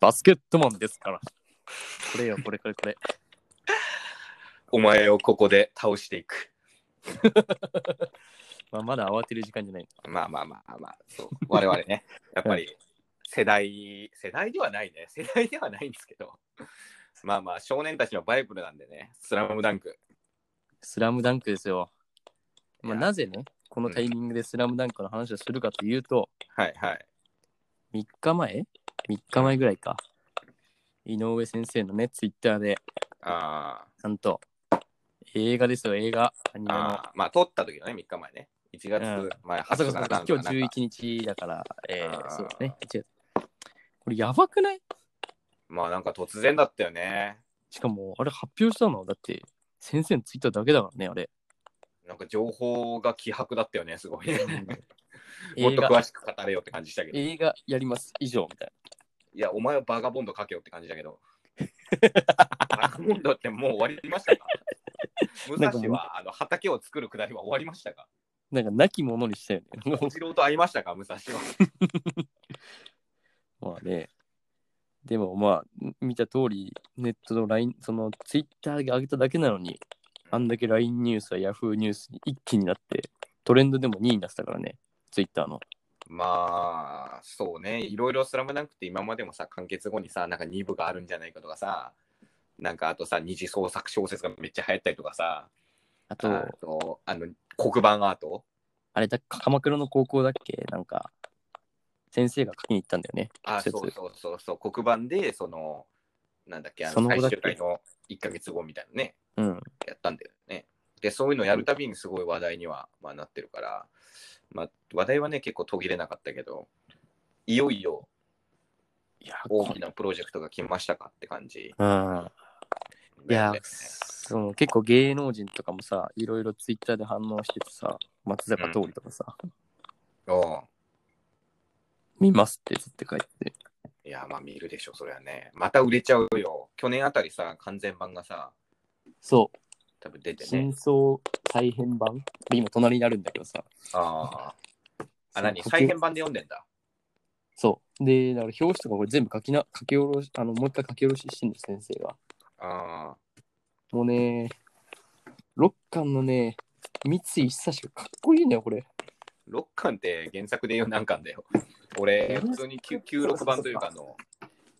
バスケットマンですから。これよ、これこれこれ。お前をここで倒していく。まあ、まだ慌てる時間じゃない。まあまあまあまあ、そう。我々 ね、やっぱり世代、世代ではないね。世代ではないんですけど。まあまあ、少年たちのバイブルなんでね、スラムダンク。スラムダンクですよ。まあ、いやなぜね、このタイミングでスラムダンクの話をするかというと、はいはい。 3日前 ?3 日前ぐらいか。井上先生のね、ツイッターで、あちゃんと、映画ですよ、映画。アニーメの。あー、まあ、撮った時のね、3日前ね。1月、うんまあ、あ、そうかそう20か日今日なんかなんか11日だから、えあー、ーそうだね、1月。これやばくないまあ、なんか突然だったよね。しかも、あれ発表したのだって、先生のツイッターだけだからね、 あれ。なんか情報が希薄だったよね、すごい。もっ映と画詳しく語れよって感じしたけど。い映画やります以上みたいや、お前はバガボンド書けよって感じだけど。 バガボンドってもう終わり ましたか武なんか蔵はあの畑を作るくだりは終わりましたかな。なんか、なきものにしたよね。小次郎と会いましたか武蔵は。まあね。でもまあ、ん見た通り、ネットの LINE、そのツイッターが上げただけなのに、あんだけ LINE ニュースや Yahoo ニュースに一気になって、トレンドでも2位になってたからね、ツイッターの。まあ、そうね。いろいろスラムダンクって今までもさ、完結後にさ、なんか2部があるんじゃないかとかさ、なんかあとさ、二次創作小説がめっちゃ流行ったりとかさ、あと、あと、あの、黒板アートあれだ、鎌倉の高校だっけなんか、先生が書きに行ったんだよね。あ、施設そうそうそうそう、黒板で、その、なんだっけ、あそのの後最だっけ終回の1ヶ月後みたいなね、うん。やったんだよね。で、そういうのやるたびにすごい話題には、まあ、なってるから、まあ、話題はね、結構途切れなかったけど、いよいよいや、大きなプロジェクトが来ましたかって感じ。うん。いだよやね、その結構芸能人とかもさ、いろいろツイッターで反応しててさ、松坂桃李とかさ、おう見ますってずっと書いてて。いや、まあ見るでしょ、それはね。また売れちゃうよ。去年あたりさ、完全版がさ、そう、多分出てね真。相再編版で今隣にあるんだけどさ。ああ。あ、何そう再編版で読んでんだ。そう。で、だから表紙とかこれ全部書きな、書き下ろし、あの、もう一回書き下ろししてんです、先生が。ああ。もうね、6巻のね、三井久志がかっこいいんだよ、これ。 6巻って原作で言う何巻だよ。俺、普通に9 96版というか、あの、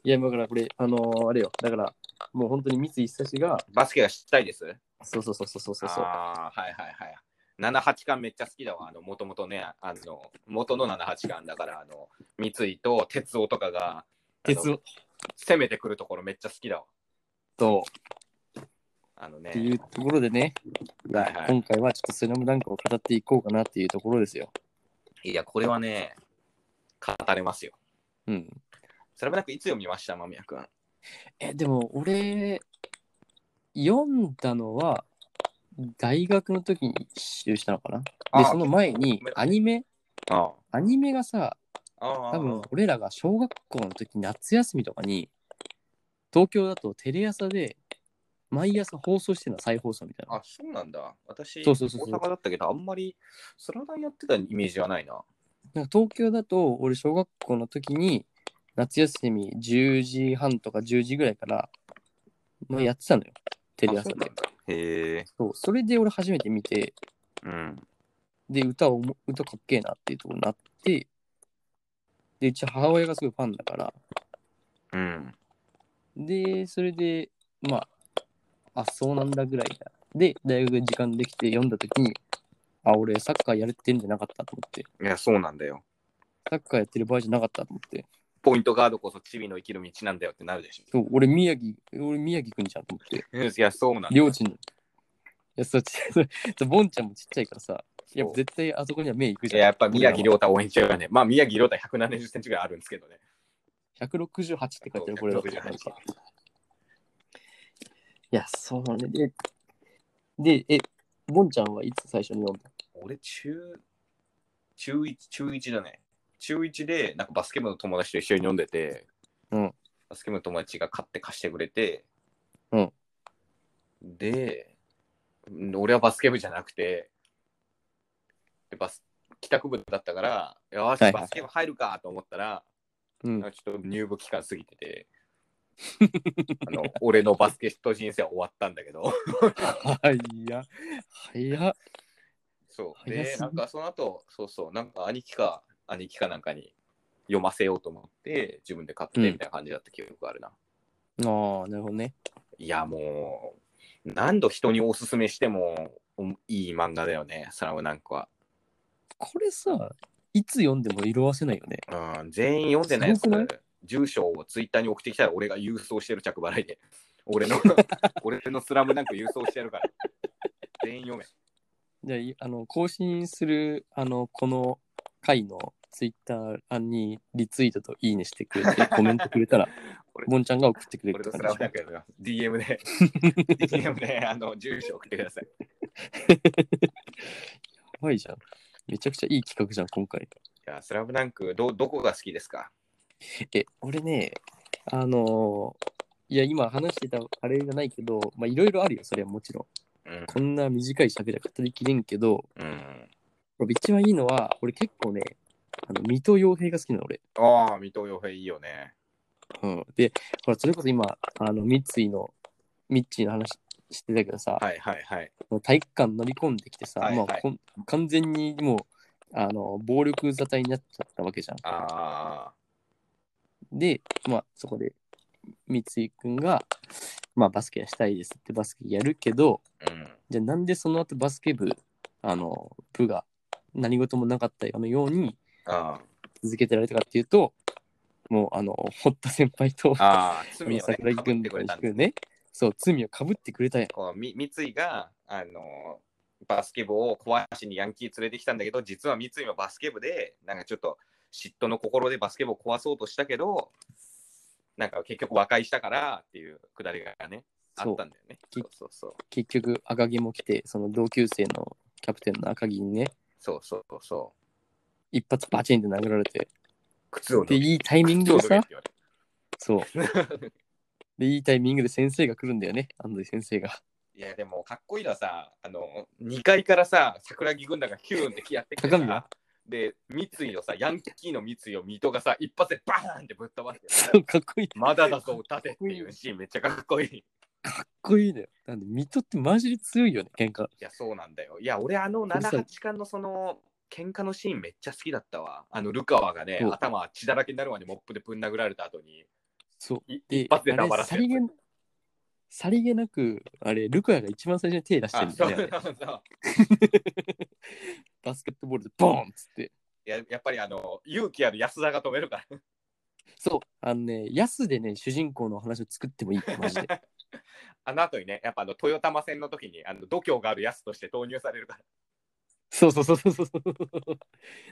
いや、だからこれ、あのーあれよ、だから、もう本当に三井久志が、バスケが知ったいです。そうそうそうそうそうそうそう。ああ、はいはいはい。7、8巻めっちゃ好きだわ。あの、もともとね、あの、元の7、8巻だから、あの、三井と哲夫とかが、鉄あのを攻めてくるところめっちゃ好きだわ。と、あのっていねう、ところでね、はいはい今回はちょっとスラムダンクを語っていこうかなっていうところですよ。いや、これはね、語れますよ。うん。それもなくいつ読みました、間宮君。え、でも俺、読んだのは、大学の時に一周したのかなあで、その前にアニメ、あアニメがさ、あ。ああ。多分俺らが小学校の時夏休みとかに、東京だとテレ朝で毎朝放送してるの再放送みたいな。あ、そうなんだ。私、そうそうそうそう大阪だったけど、あんまり、スラダンやってたイメージはないな。なんか東京だと俺小学校の時に夏休み10時半とか10時ぐらいから、まあ、やってたのよテレ朝あそうなでんだへえ。そうそれで俺初めて見てうん。で歌をも歌かっけえなっていうところになってでうち母親がすごいファンだからうん。でそれでまああそうなんだぐらいだで大学で時間できて読んだ時にあ俺サッカーやれてんじゃなかったと思っていや、そうなんだよ。サッカーやってる場合じゃなかったと思ってポイントガードこそ、チビの生きる道なんだよってなるでしょ。そう俺宮城俺宮城くんじゃんと思っていや、そうなんだ。両親の。いや、そう、ち そうボンちゃんもちっちゃいからさ、やっぱそう絶対あそこには目行くいじゃん。ややっぱ宮城亮太応援しちゃうよね。まあ、宮城亮太170センチぐらいあるんですけどね。 168って書いてある、これだと。なんかいや、そうね。で、で、え、ボンちゃんはいつ最初に読んだ俺、中、中1、中1だね。中1で、なんかバスケ部の友達と一緒に飲んでて、うんバスケ部の友達が買って貸してくれて、うんで、俺はバスケ部じゃなくて、でバス帰宅部だったから、よーはし、いはいバスケ部入るかと思ったら、うんちょっと入部期間過ぎ てて、あの俺のバスケット人生は終わったんだけど、 早っ早っそう。早すで、ぎなんかその後、そうそう、なんか兄貴か、兄貴かなんかに読ませようと思って、自分で買ってみたいな感じだった記憶があるな。ああなるほどねいや、もう、何度人におすすめしても、おいい漫画だよね、スラムダンクは。これさいつ読んでも色褪せないよねうん、全員読んでないやすごくないつ、住所をツイッターに送ってきたら、俺が郵送してる着払いで。俺 の、俺のスラムダンク郵送してるから。全員読め。じゃあいあの更新するあのこの回のツイッターにリツイートといいねしてく れてコメントくれたらこれボンちゃんが送ってくれる俺ってと感スラムじダンクやめます DM で、DM で、あの、住所送ってください。やばいじゃんめちゃくちゃいい企画じゃん今回いや、スラムダンク、ど、どこが好きですかえ俺ねあのーいや今話してたあれじゃないけどまあいろいろあるよそれはもちろんうん。こんな短い尺じゃ語りきれんけどうん。一番いいのは俺結構ねあの水戸洋平が好きなの俺ああ、水戸洋平いいよね。うん、でほらそれこそ今あの三井のミッチーの話してたけどさ、はいはいはい。体育館乗り込んできてさ、はいまあはいこん完全にもうあの暴力沙汰になっちゃったわけじゃん。あで、まあ、そこで三井君が、まあ、バスケやしたいですってバスケやるけどあ、うん。じゃあなんでその後バスケ部あの部が何事もなかったかのようにああ続けてられたかっていうともうあの堀田先輩とああ、罪を、ね、桜木被っ君てとくれたんですくねそう罪をかぶってくれたやんこうみ三井が、あのバスケ部を壊しにヤンキー連れてきたんだけど、実は三井はバスケ部で、なんかちょっと嫉妬の心でバスケ部を壊そうとしたけど、なんか結局和解したからっていうくだりがね、あそっうたんだよね。そうそうそう。結局赤城も来てその同級生のキャプテンの赤城にねそうそうそうそう。一発バチンって殴られて靴を脱でげいいタイミングで靴を脱げさって言われて そうでいいタイミングで先生が来るんだよね安西先生がいやでもかっこいいのはさ、あの2階からさ、桜木軍団がヒューンってやってきて鏡がさ、で、三井をさ、ヤンキーの三井を水戸がさ、一発でバーンってぶっ飛ばしてさ そ、うかっこいいまだだぞ、立てっていうシーンめっちゃかっこいい。いかっこいいだよなんで水戸ってマジで強いよね喧嘩や、そうなんだよ。いや、俺あそのうそう7、8巻のその、喧嘩のシーンめっちゃ好きだったわ。あの、ルカワがねそ、う頭血だらけになるまでモップでぶん殴られた後に、そういで一発であ黙れらせさるりげさりげなくあれルカヤが一番最初に手出してるあんだそうよねあそうそうれ バスケットボールでボーンっつっていややっぱりあの勇気ある安田が止めるから そうあのね安でね主人公の話を作ってもいいマジであの後にねやっぱあの豊玉戦の時にあの度胸がある安として投入されるからそうそうそうそうそう そう。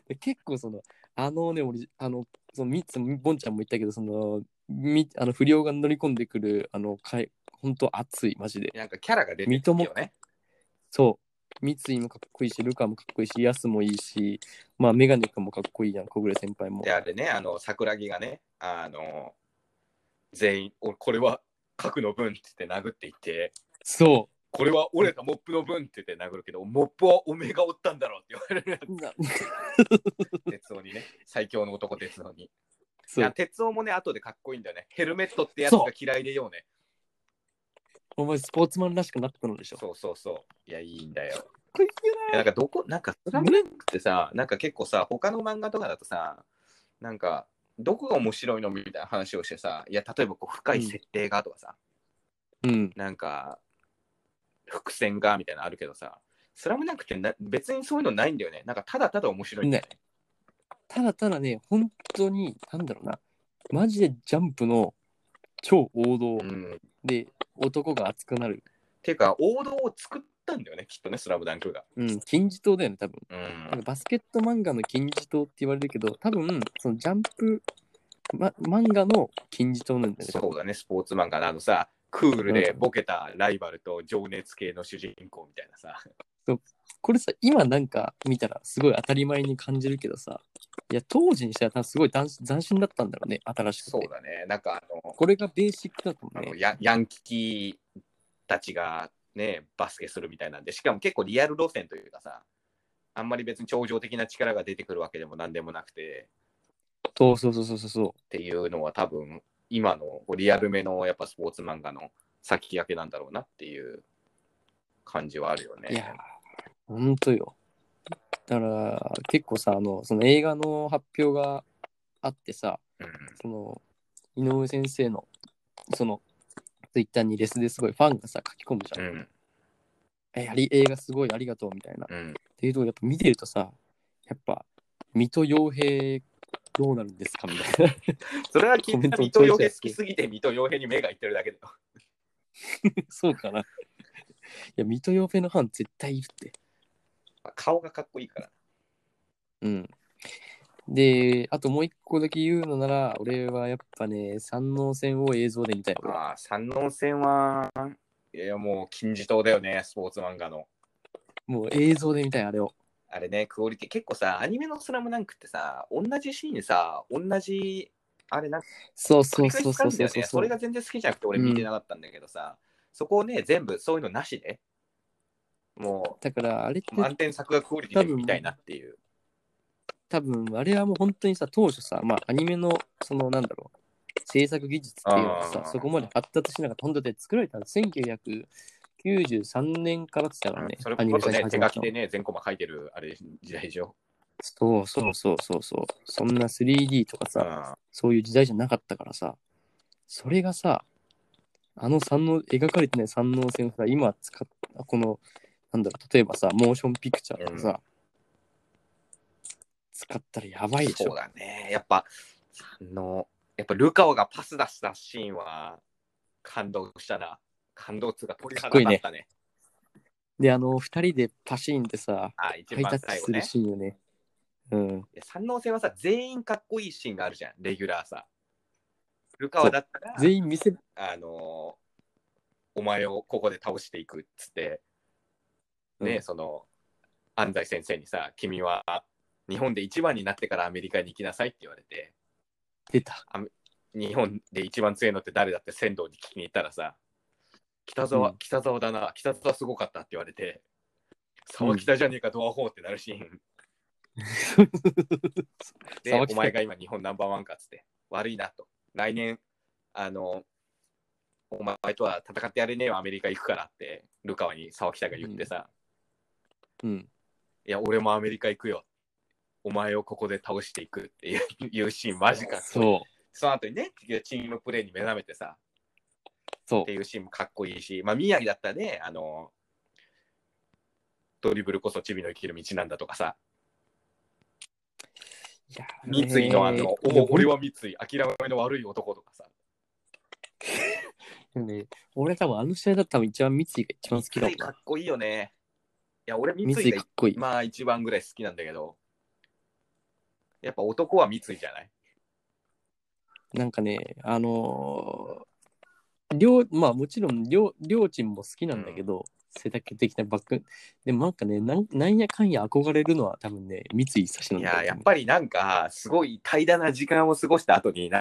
で結構その、あのね、俺、あの、そのみそのボンちゃんも言ったけど、その、みあの不良が乗り込んでくる、あの、かい本当熱い、マジで。 なんかキャラが出てきてるよねそう。三井もかっこいいし、ルカもかっこいいし、ヤスもいいし、まあ、メガネ君もかっこいいやん、小暮先輩もで。あれねあの桜木がねあの全員おこれは核の分って言って殴っていってそこれは俺がモップの分って言って殴るけどモップはおめえがおったんだろうって言われるう。な 鉄夫にね最強の男鉄夫にい そやう。鉄夫もね後でかっこいいんだよねヘルメットってやつが嫌いでようねお前、スポーツマンらしくなったのでしょ。かそうそうそういやいいんだよっこいいよいやなんかどこなんかスラムダンクってさなんか結構さ他の漫画とかだとさなんかどこが面白いのみたいな話をしてさいや例えばこう深い設定がとかさ、な。うん。なんか伏線がみたいなのあるけどさスラムダンクってな別にそういうのないんだよねなんかただただ面白いんだよねただただね、本当に、なんだろうな、マジでジャンプの超王道うん、っで、男が熱くなる。ていうか王道を作ったんだよねきっとねスラムダンクが、うん、金字塔だよね、多分。うなんん、かバスケット漫画の金字塔って言われるけど、多分、そのジャンプ、ま、漫画の金字塔なんだよね。多そ分うだねスポーツマンがあのさクールでうんボケたライバルと情熱系の主人公みたいなさこれさ、今なんか見たらすごい当たり前に感じるけどさ、いや、当時にしたら多分すごい斬斬新だったんだろうね、新しくて。そうだねなんかあのこれがベーシックだとあ思うのね。ヤヤンキーたちがね、バスケするみたいなんで、しかも結構リアル路線というかさ、あんまり別に超常的な力が出てくるわけでもなんでもなくて、そうそうそうそうそうそう。っていうのは多分今のこうリアルめのやっぱスポーツ漫画の先駆けなんだろうなっていう感じはあるよね。いやー、ほんとよ。だから、結構さ、あの、その映画の発表があってさ、うん、その、井上先生の、その、ツイッターにレスですごいファンがさ、書き込むじゃ。うんん、え、やり、映画すごいありがとうみたいな。っうん、ていうと、やっぱ見てるとさ、やっぱ、水戸洋平、どうなるんですかみたいな。それは聞コいメンたト水も戸ちょい洋ちょい平好きすぎて水戸洋平に目がいってるだけだよ。そうかな。い や、水戸洋平のファン絶対いるって。顔がかっこいいから。うん。で、あともう一個だけ言うのなら、俺はやっぱね、山王戦を映像で見たい。俺はああ、三能戦は、いやもう金字塔だよね、スポーツ漫画の。もう映像で見たい、あれを。あれね、クオリティ、結構さ、アニメのスラムダンクってさ、同じシーンにさ、同じ、あれなんかそう繰そうり返そうしそう使うんだそうそよね。う。それが全然好きじゃなくて、俺見てなかったんだけどさ、そこをね、全部そういうのなしで、もだから、あれってう、満点作画クオリティで見たいなっていう。多分、あれはもう本当にさ、当初さ、まあ、アニメの、その、なんだろう、制作技術っていうのはあさ、ーそこまで発達しなかった。本当で作られたの1993年からって言ったからね、それアニこメそ化ね、始手ま書ったきのでね、全コマ書いてる、あれ、時代でしょ。そうそうそうそうそう。そんな 3D とかうさ、んそういう時代じゃなかったからさ、それがさ、あの三能、描かれてない三能線をさ、今使った、この、なんだろう、例えばさ、モーションピクチャーとかさ、使ったらやばいでしそうょ。だね。やっぱ、あの、やっぱルカオがパス出したシーンは、感動したな。感動っつうか、鳥肌立ったね。で、あの、二人でパシーンってさ、あ、一ハイタ番ッチ最後するね。シーンよね。うん。いや三能戦はさ、全員かっこいいシーンがあるじゃん、レギュラーさ。ルカワだったら、全員見せ、あのお前をここで倒していくっつって、ね、うんその、安西先生にさ、君は日本で一番になってからアメリカに行きなさいって言われて、出た。日本で一番強いのって誰だって仙道に聞きに行ったらさ、北沢、うん北沢だな、北沢すごかったって言われて、沢北じゃねえか、ドアホーってなるシ ーン。で、沢お北前が今日本ナンバーワンかっつって、悪いなと。来年、あの、お前とは戦ってやれねえわ、アメリカ行くからって、ルカワに沢北が言ってさ、うん。いや、俺もアメリカ行くよ。お前をここで倒していくっていういうシーン、マジか。そう。その後にね、チームプレーに目覚めてさ、そっていうシーンもかっこいいし、まあ、宮城だったらね、あの、ドリブルこそチビの生きる道なんだとかさ、う。いや三井のあの、おお俺俺は。は三井、諦めの悪い男とかさ、でもね俺多分あの試合だったら一番三井が一番好きだ三も井んかっな。こいいよね。いや、俺三三井井がかっこいい。まあ一番ぐらい好きなんだけど、やっぱ男は三井じゃないなんかね、あのー両、まあもちろん両、両チームも好きなんだけど、背丈的なバック。でもなんかね、なんなんやかんや憧れるのは多分ね、三井久志ないんだや、やっねぱりなんか、すごい平らな時間を過ごした後にな、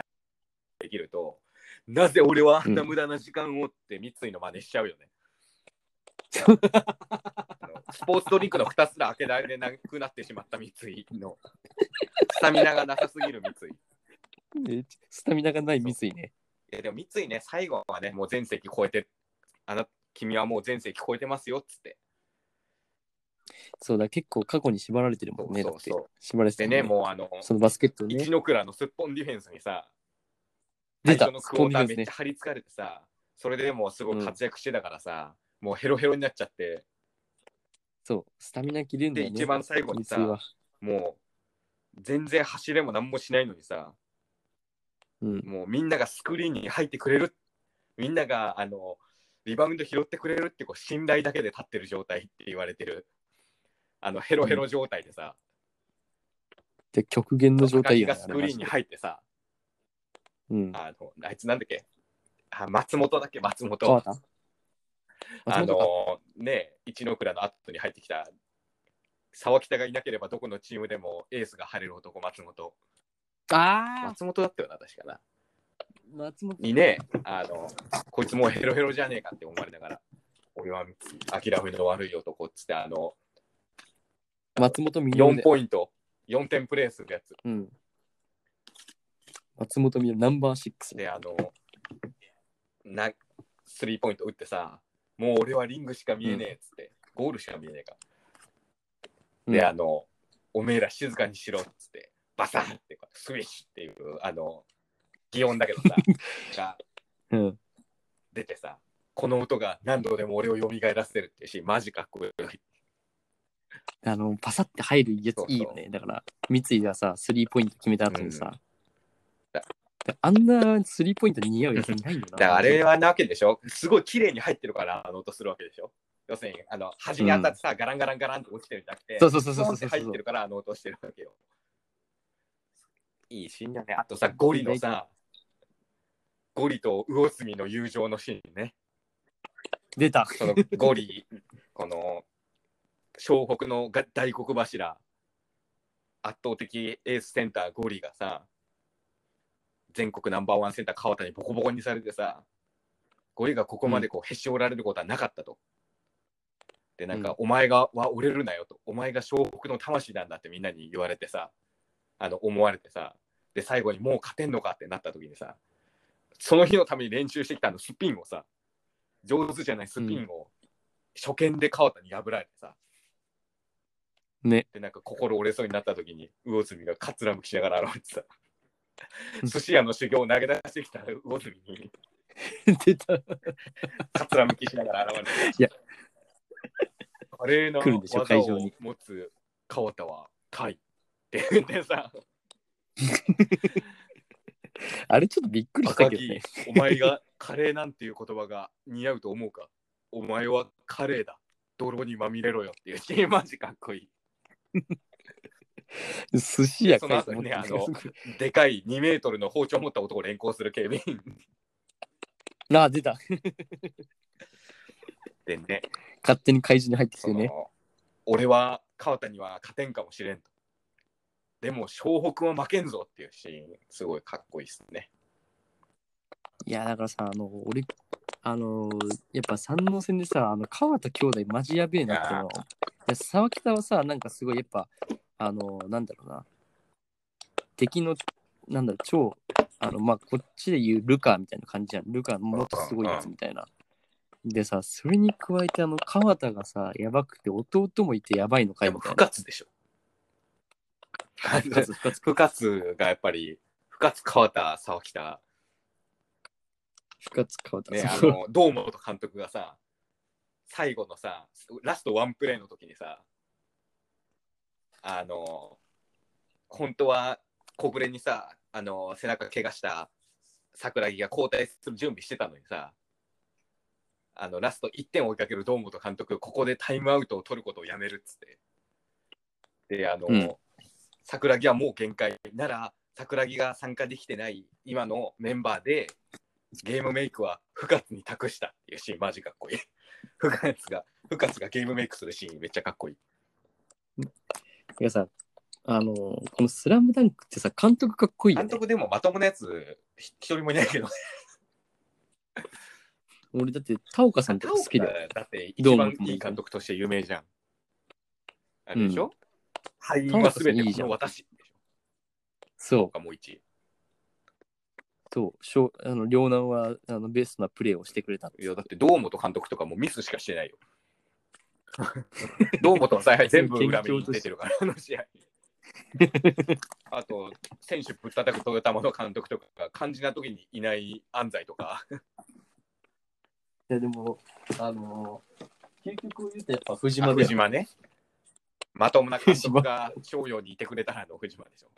できると、なぜ俺はあんな無駄な時間をって三井の真似しちゃうよね。 あのスポーツドリンクの蓋すら開けられなくなってしまった三井の、スタミナがなさすぎる三井。いえスタミナがない三井ね。や、でも三井ね、最後はね、もう全席超えて、あな君はもう全席超えてますよっつって。そうだ、結構過去に縛られてるもんね。そだうっそうそてう、縛られてでるね、う。もうあの、そのバスケット一ね。ノ倉のすっぽんディフェンスにさ、出た最初のクォスポンーターディフェンスねめっちゃ張り付かれてさ、それでもうすごい活躍してたからさ、もうヘロヘロになっちゃって、そう、スタミナ切れるんだよね。で一番最後にさ三井は。もう全然走れも何もしないのにさ、うん。もうみんながスクリーンに入ってくれる、みんながあのリバウンド拾ってくれるってこう信頼だけで立ってる状態って言われてる、あのヘロヘロ状態でさ、で、極限の状態木よねがスクリーンに入ってさ、うん。あのあいつなんだっけ、あ松本だっけ、松本。川田あ松本かのね、一ノ倉の後に入ってきた沢北がいなければどこのチームでもエースが張れる男松本あ松本だったよな確かーな松本にねあのこいつもうヘロヘロじゃねえかって思われながら俺は諦めの悪い男っつってあの松本ミリオン4で。ポイント4点プレーするやつうん。松本みるナンバー6。で、あの、な、スリーポイント打ってさ、もう俺はリングしか見えねえっつって、ゴールしか見えねえか。で、あの、おめえら静かにしろっつって、バサッて、スウィッシュっていう、あの、擬音だけど さ、がうん、出てさ、この音が何度でも俺を蘇らせてるっていうシーン、マジかっこよい。あのパサって入るやつそうそういいよねだから三井がさスリーポイント決めた後にうんさ、あんなスリーポイントに似合うやついないよだなからあれはなわけでしょすごい綺麗に入ってるから、あの音するわけでしょ要するに、あの、端に当たってさ、ガランガランガランって落ちてるんじゃなくて、そうそうそうそうそうポンって入ってるから、あの音してるわけよ。いいシーンだね。あとさ、ゴリのさ、ゴリと魚住の友情のシーンね。出た そのゴリ、この、湘北のが大黒柱、圧倒的エースセンターゴリがさ、全国ナンバーワンセンター川田にボコボコにされてさ、ゴリがここまでこうへし折られることはなかったと。で、なんうか、お前がは折れるなよと、お前が湘北の魂なんだってみんなに言われてさ、あの、思われてさ、で、最後にもう勝てんのかってなった時にさ、その日のために練習してきたあのスピンをさ、上手じゃないスピンを初見で川田に破られてさ、ねで、なんか心折れそうになった時に、魚住がかつらむきしながら現 れてさ、寿司屋の修行を投げ出してきた魚住に、出たかつらむきしながら現れていや華麗な来るんでしょ技会場をに持つ川田 はタイって言ってさ、あれちょっとびっくりした赤けどね木、お前がカレーなんていう言葉が似合うと思うかお前はカレーだ。泥にまみれろよっていう シーンマジかっこいい。 寿司屋そかのい後と思っにね、たあけどの、でかい2メートルの包丁を持った男を連行する警備員。 なあ出たでね、勝手に会場に入ってきそての、ね俺は川田には勝てんかもしれんと。でも、湘北は負けんぞっていうシーン、すごいかっこいいっすね。いやだからさあの俺あのやっぱ山王戦でさあの川田兄弟マジやべえなっていうのいや沢北はさなんかすごいやっぱあのなんだろうな敵のなんだろう超あのまあこっちで言うルカみたいな感じじゃんルカもっとすごいやつみたいなでさそれに加えてあの川田がさやばくて弟もいてやばいのかでいも、みた不いな活でしょ。不活不活不活がやっぱり、不活川田、沢北、不活川田、ね、あそうの堂本監督がさ最後のさラストワンプレーの時にさあの本当は小暮にさあの背中怪我した桜木が交代する準備してたのにさあのラスト1点を追いかける堂本監督ここでタイムアウトを取ることをやめるっつってであの、うん桜木はもう限界なら桜木が参加できてない今のメンバーでゲームメイクは不活に託したっていうシーンマジかっこい い。不活が、不活がゲームメイクするシーンめっちゃかっこいい。いやさあのこの「スラムダンクってさ監督かっこいいよ監ね督でもまともなやつひ一人もいないけど、俺だって田岡さんとか田岡好きだよ。だってどう思一う番いい監督として有名じゃん。あんれでしょ、俳優田は岡さん全ていいこじゃんの私でしょそ僕はもう一位。う、そう、しょあの両南はあのベストなプレーをしてくれたんでいすや、だって堂本監督とかもうミスしかし てないよ。堂本の采配全部裏目に出てるから、あの試合。あと、選手ぶったたく豊玉の監督とかが肝心な時にいない安西とか、いや、でも、あのー、究極を言うとやっぱ藤間で藤島ね。まともな監督が商用にいてくれたらの藤間でしょ。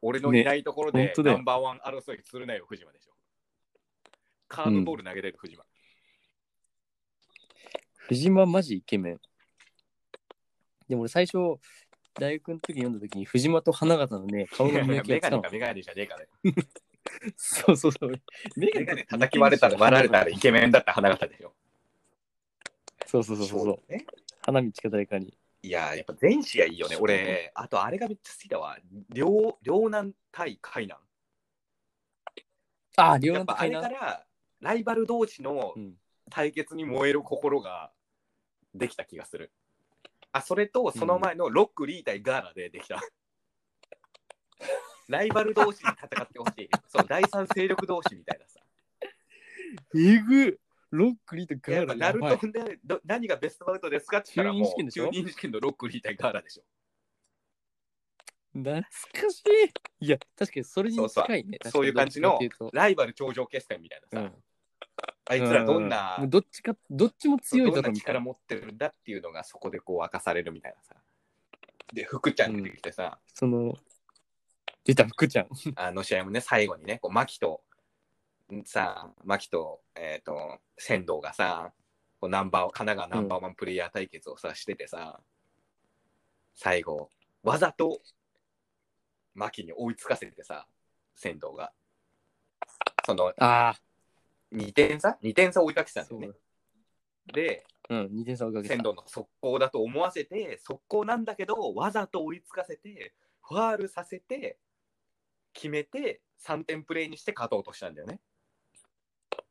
俺のいないところねで本当だナよンバーワン争いするなよ、藤間でしょ。カードボール投げれる藤間。藤間マジイケメン。でも俺最初、大学の時に読んだ時に藤間と花形のね、顔いやのい見や分 けメがガつかなネかかメガネじゃねえからね。った。そうそうそう。メメガネ叩き割れたら割られたらイケメンだった花形でしょ。そうそうそうそうそう。ね。花道か誰かに。いやー、やっぱ全試合いいよね。そう俺、あとあれがめっちゃ好きだわ。両両南対海南。ああ、両やっ南とぱあれ海か南。らライバル同士のうん対決に燃える心ができた気がする。あ、それとその前のロックリー対ガーラでできた。ライバル同士に戦ってほしい。そう、第三勢力同士みたいなさ。えぐロックリーとガやっーぱラナやルばいトでど何がベストバウトですかって言ったらも就任試う験でしょ就任試験のロックリー対ガーラでしょ。懐かしいいや確かにそれに近いねそうそうそういう感じの確かにどっちライバル頂上決戦みたいなかっていうさ。とあいつらどんな、うもうどっちかどっちも強いどだろんなうみたい力な持ってるんだっていうのがそこでこう明かされるみたいなさ。で、福ちゃん出てきてさ、その出た福ちゃんあの試合もね、最後にね、こう、牧と、んさ、牧と、えっ、と、仙道がさ、こうナンバーを、神奈川ナンバーワンプレイヤー対決をさ、しててさ、最後、わざと、牧に追いつかせてさ、仙道が。その、ああ2点差 ?2 点差追いかけてたんだそようねだ。で、うん2点差をかけた仙道の速攻だと思わせて速攻なんだけどわざと追いつかせてファールさせて決めて3点プレーにして勝とうとしたんだよね。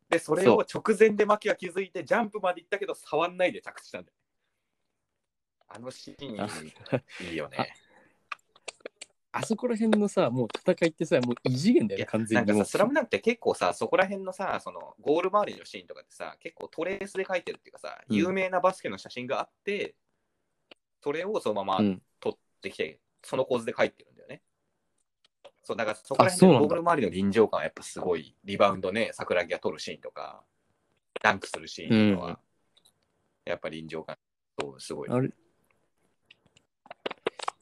でそれを直前で牧は気づいてジャンプまで行ったけど触んないで着地したんだよ。あのシー ンいいよね。あそこら辺のさもう戦いってさもう異次元だよね完な全んにかもうさスラムダンクって結構さそこら辺のさそのゴール周りのシーンとかってさ結構トレースで描いてるっていうかさ、うん有名なバスケの写真があってそれをそのままうん取ってきて、その構図で書いてるんだよね。そうだからそこらそう辺なのんボだール周りの臨場感はやっぱすごいリバウンドね桜木が取るシーンとかダンクするシーンとか、うんやっぱ臨場感そうすごいあれ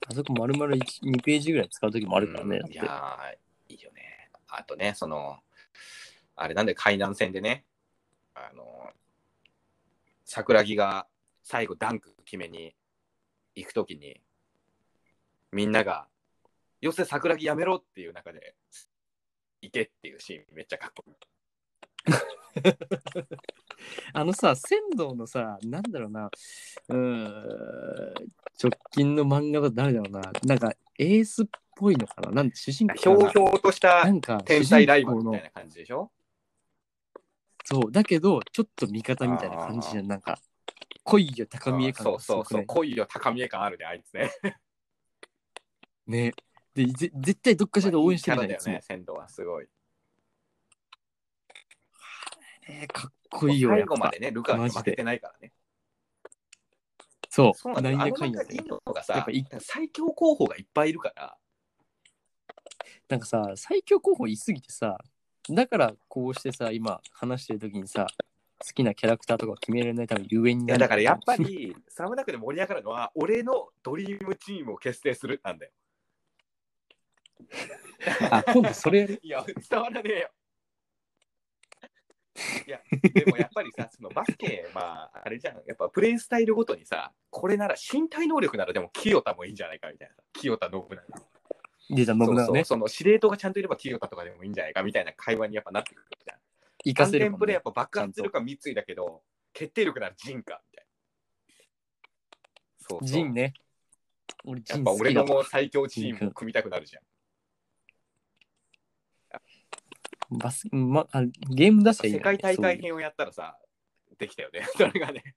あそこ丸々一2ページぐらい使う時もあるからね、うんいだやってーいいよねあとねそのあれなんで海南戦でねあの桜木が最後ダンク決めに行くときにみんなが「よせ桜木やめろ」っていう中で「行け」っていうシーンめっちゃかっこいい。あのさ、仙道のさ、なんだろうな、うーん、直近の漫画だと誰だろうな、なんかエースっぽいのかな、なん主人公ひょうひょうとしたなんか天才ライバ主ル人公みたのいな感じでしょそう、だけど、ちょっと味方みたいな感じじゃん、なんか、恋よ高見え感そうがすそごうくそなうい恋よ高見え感あるねあいつね。ね。で、ぜ絶対どっかしらで応援してるいじゃいん、キいャラつだもよね。仙道はすごい。ねかっこいいよ、最やっ後まぱ。でね、ルカが負けてないからね。そそうなう、んなだよ。んあやのかん中やででいい。のがやさっぱい、最強候補がいっぱいいるから、なんかさ、最強候補いすぎてさ、だからこうしてさ、今話してる時にさ、好きなキャラクターとかを決められないためゆえにいなやるだからやっぱり、スラムダンクで盛り上がるのは、俺のドリームチームを結成するなんだよ。あ、今度それやる。 いや、伝わらねえ よ。いや、でもやっぱりさ、そのバスケ、まあ、あれじゃん、やっぱプレイスタイルごとにさ、これなら身体能力ならでも清田もいいんじゃないかみたいな。清田信長。でじゃあ信長そうそうね、その司令塔がちゃんといれば清田とかでもいいんじゃないかみたいな会話にやっぱなってくるじゃん。行か完せる全もプん、レーやねっ。ぱ爆発力は三井だけど、決定力なら陣かみたいな。そうそうジンね。俺、やジっンぱ好俺きだのわもう最強チームを組みたくなるじゃん。バス、まあ。ゲーム出しゃいいよ世ね界大そう会いう編をやったらさ、できたよね。 それがね、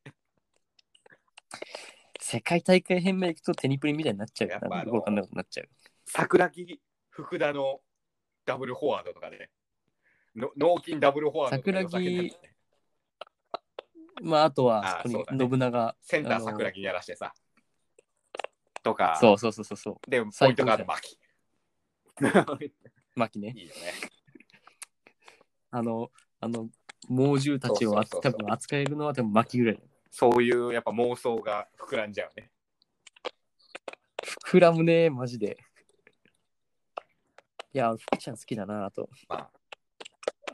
世界大会編まで行くとテニプリみたいになっちゃうやかっぱら、あよくのわかんなくなっちゃう。桜木、福田のダブルフォワードとかね、の脳筋ダブルフォワードとか桜木ふざけんなよねまあ、あとはあ、そこそうだにね信長。センタあーの桜木やらしてさ、とか、そうそうそうそうそう。で、ポイントガード牧。牧ね。 いいよね。あの、あの、猛獣たちをあそうそうそうそう多分扱えるのは多分牧ぐらいだよ。そういうやっぱ妄想が膨らんじゃうね。膨らむね、マジで。いや、福ちゃん好きだな、あと。まあ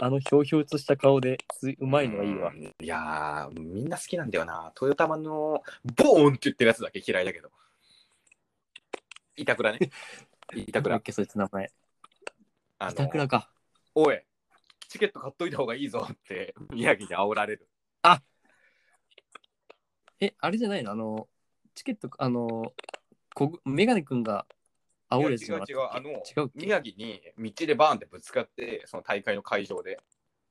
あの、ひょうひょうとした顔で、ついうまいのがいいわ。うん。いやー、みんな好きなんだよな。トヨタマのボーンって言ってるやつだけ嫌いだけど。板倉ね。 板だっ倉。け、そいつ名前。あ板倉の、か。おい、チケット買っといた方がいいぞって宮城で煽られる。え、あれじゃないのあの、チケット、あの、こぐメガネくんがい青やい違うやつじゃなか違う。ったあっけの違うっ、け宮城に道でバーンってぶつかって、その大会の会場で。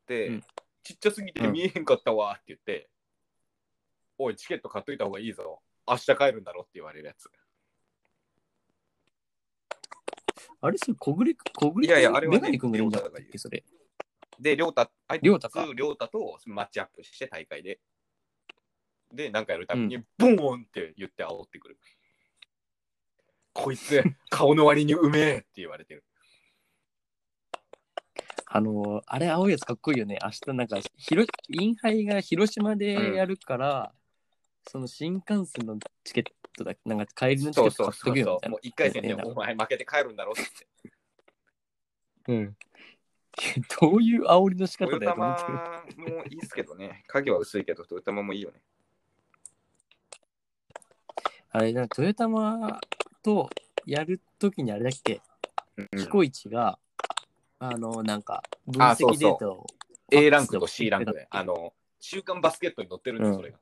で、うんちっちゃすぎて見えへんかったわって言って、おい、チケット買っといた方がいいぞ。明日帰るんだろって言われるやつ。あれそれ、小暮、小暮いやいやあれはねメガネ君がいいんだったっけ、それ。で、りょうた、あいつ、りりょょううたたかとマッチアップして大会で。で、なんかやるたびに、ボーンって言って煽ってくる。こ いつ、顔の割にうめえって言われてる。あのーあれ、青いやつかっこいいよね。明日、なんか、ひろインハイが広島でやるから、その新幹線のチケットだなんか帰りのチそケうット買そうっそとうけよみたいそう。もなう。一回戦でお前負けて帰るんだろうって。うん。どういう煽りの仕トヨ方だよタと思マってる。もいいっすけどね。影は薄いけど、トヨタマもいいよね。あれ、なんか、トヨタマとやるときにあれだっけ、うんキコイチが、あのーなんか、分あそう析そうデータを。 A ランクと C ランクファック、でスあの、週刊バスケットに載ってるんでうす、んそれが。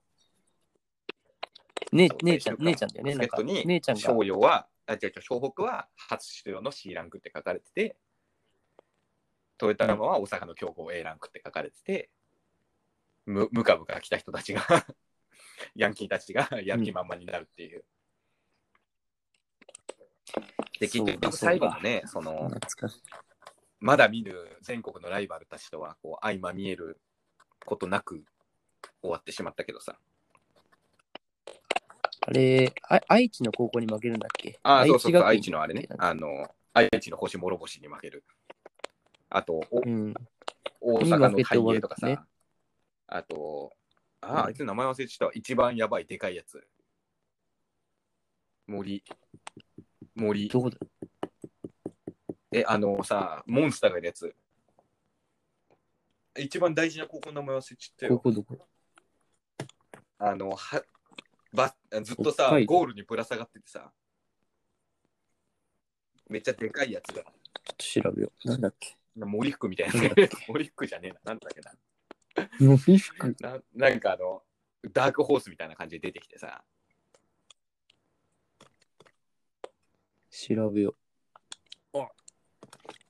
ねそう姉ちゃん、最終回姉ちゃんだよね。なんバスかケットに、姉ちゃんが。商用は、あ、違う違う、湘北は初出場の C ランクって書かれてて、トヨタマは大阪の強豪 A ランクって書かれてて、むむかむか来た人たちが、 ヤンキーたちがやる気満々になるっていう。で、結そうだ局最後のね、その、懐かしいまだ見ぬ全国のライバルたちとはこう相まみえることなく終わってしまったけどさ。あれあ、愛知の高校に負けるんだっけああ、そうそうそう、学院愛知のあれね。なんかあの、愛知の星諸星に負ける。あと、おうん。大阪のハにイ負けエーて終わるとかさ。ねあと、あうあ、んあいつ名前忘れてたわ。一番やばいでかいやつ。森。森。どこだえ、あのさ、モンスターがいるやつ。一番大事な高校の名前忘れちゃったよ高。校どこあの、はばずっとさ北、海道ゴールにぶら下がっててさ、めっちゃでかいやつちょっだ。と調べよう。なんだっけ森福みたいなやつ。森福じゃねえな。なんだっけノフィフク。な。ななんかあの、ダークホースみたいな感じで出てきてさ、調べよ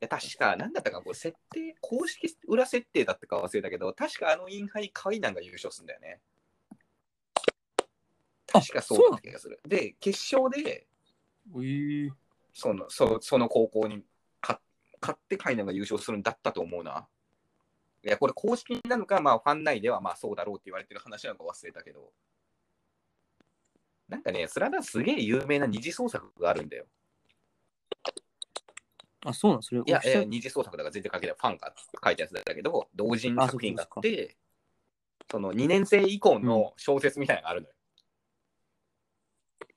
いや確か、なんだったか、こう設定、公式裏設定だったか忘れたけど、確かあのインハイ、カイナンが優勝するんだよね。あ確かそうだった気がする。で、決勝で、う。えそのそその高校に勝勝ってカイナが優勝するんだったと思うな。いや、これ公式なのか、まあ、ファン内ではまあそうだろうって言われてる話なのか忘れたけど。なんかね、スラダンすげえ有名な二次創作があるんだよ。あ、そうなんそれ。いや、オフィえシャール二次創作だから全然書けない。ファンが書いたやつだけど、同人作品がああっそて、その2年生以降の小説みたいなのがあるのよ。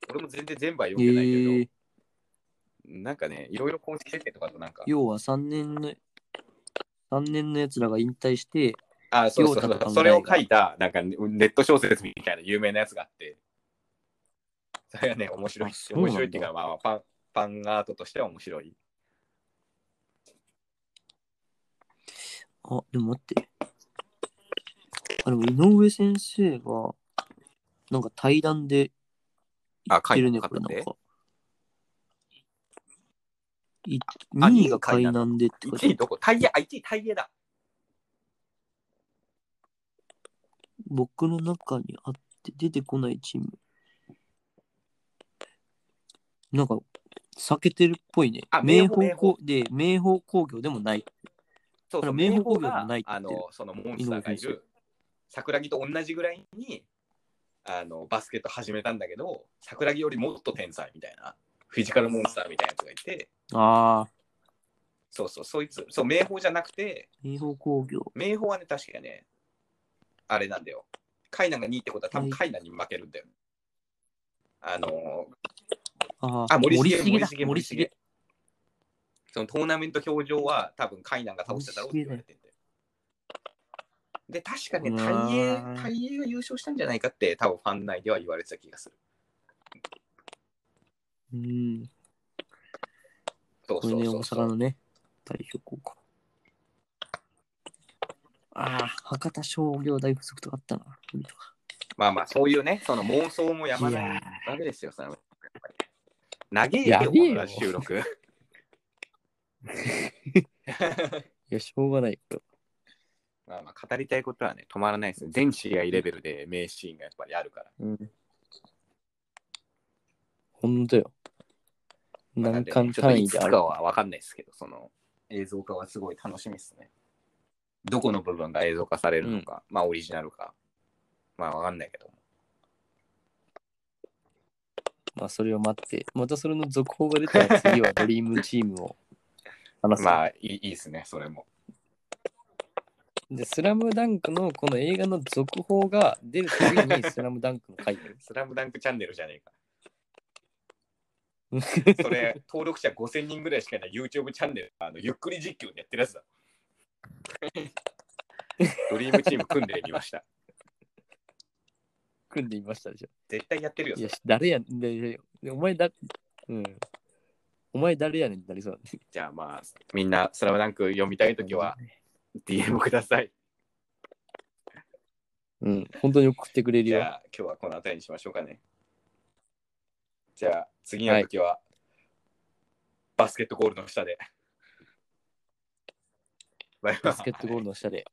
俺も全然全部は読んでないけど、えーなんかね、いろいろ公式設定とかとなんか、要は3年の、三年のやつらが引退して、あ、そうそうそヨータう。のそれを書いた、なんかねネット小説みたいな有名なやつがあって、それがね、面白いあ。そうなんだ面白いっていうか、まあ、パン、パンアートとしては面白い。あ、でも待って。あ、でも井上先生が、なんか対談であ、言ってるなね、かっこたれんなんで。か。いあ2位が海南でって書いてあ1位るどこタイヤ、あ、1位タイヤだ。僕の中にあって出てこないチーム。なんか、避けてるっぽいねあ。明明豊豊工で、明豊工業でもない。そうそう、あれ名名簿簿ががない、ってあ言ってるの、そのモンスターがい井上先る、桜木と同じぐらいに、あの、バスケット始めたんだけど、桜木よりもっと天才みたいな、フィジカルモンスターみたいなやつがいて、ああ、そうそう、そいつ、そう、名簿じゃなくて、明豊工業。明豊はね、確かね、あれなんだよ。カイナンが2ってことは多分はいカイナンに負けるんだよ。あのあー、あ、森重、重森だ重、、森森重重。。そのトーナメント表情は多分カイナンが倒しただろうって言われてんだよ。で、確かね、うわターイエ、タイエが優勝したんじゃないかって多分ファン内では言われてた気がする。うん、そうこそれうね、そ大う阪そう。のね、代表校か。ああ、博多商業大附属とかあったな。まあまあ、そういうね、その妄想もやまないいわやけですよ、その。投げやよ、べえよこの収 録。いや、しょうがないけど。まあ、まあ語りたいことはね、止まらないですね。全試合レベルで名シーンがやっぱりあるから。うん。ほんとよ。まあ何巻単位であなんねちょっといつかる。は分かんないですけど、その映像化はすごい楽しみですね。どこの部分が映像化されるのか、まあオリジナルか、まあ分かんないけど。まあそれを待って、またそれの続報が出たら次はドリームチームを話す。まあいいいいですね、それも。。で、スラムダンクのこの映画の続報が出るたびにスラムダンクの回やるスラムダンクチャンネルじゃね えか。それ、登録者5000人ぐらいしかいない YouTube チャンネル、あのゆっくり実況でやってるやつ だ。ドリームチーム組んでみました。組んでみましたでしょ。絶対やってるよい。や、誰やねん。ででお前だ、うん。お前誰やねんってなりそうだね。じゃあまあ、みんなスラムダンク読みたいときは DM ください。うん、本当に送ってくれるじよ。ゃあ今日はこの辺りにしましょうかね。じゃあ次の時は、バスケットゴールの下で。バイバイバスケットゴールの下で。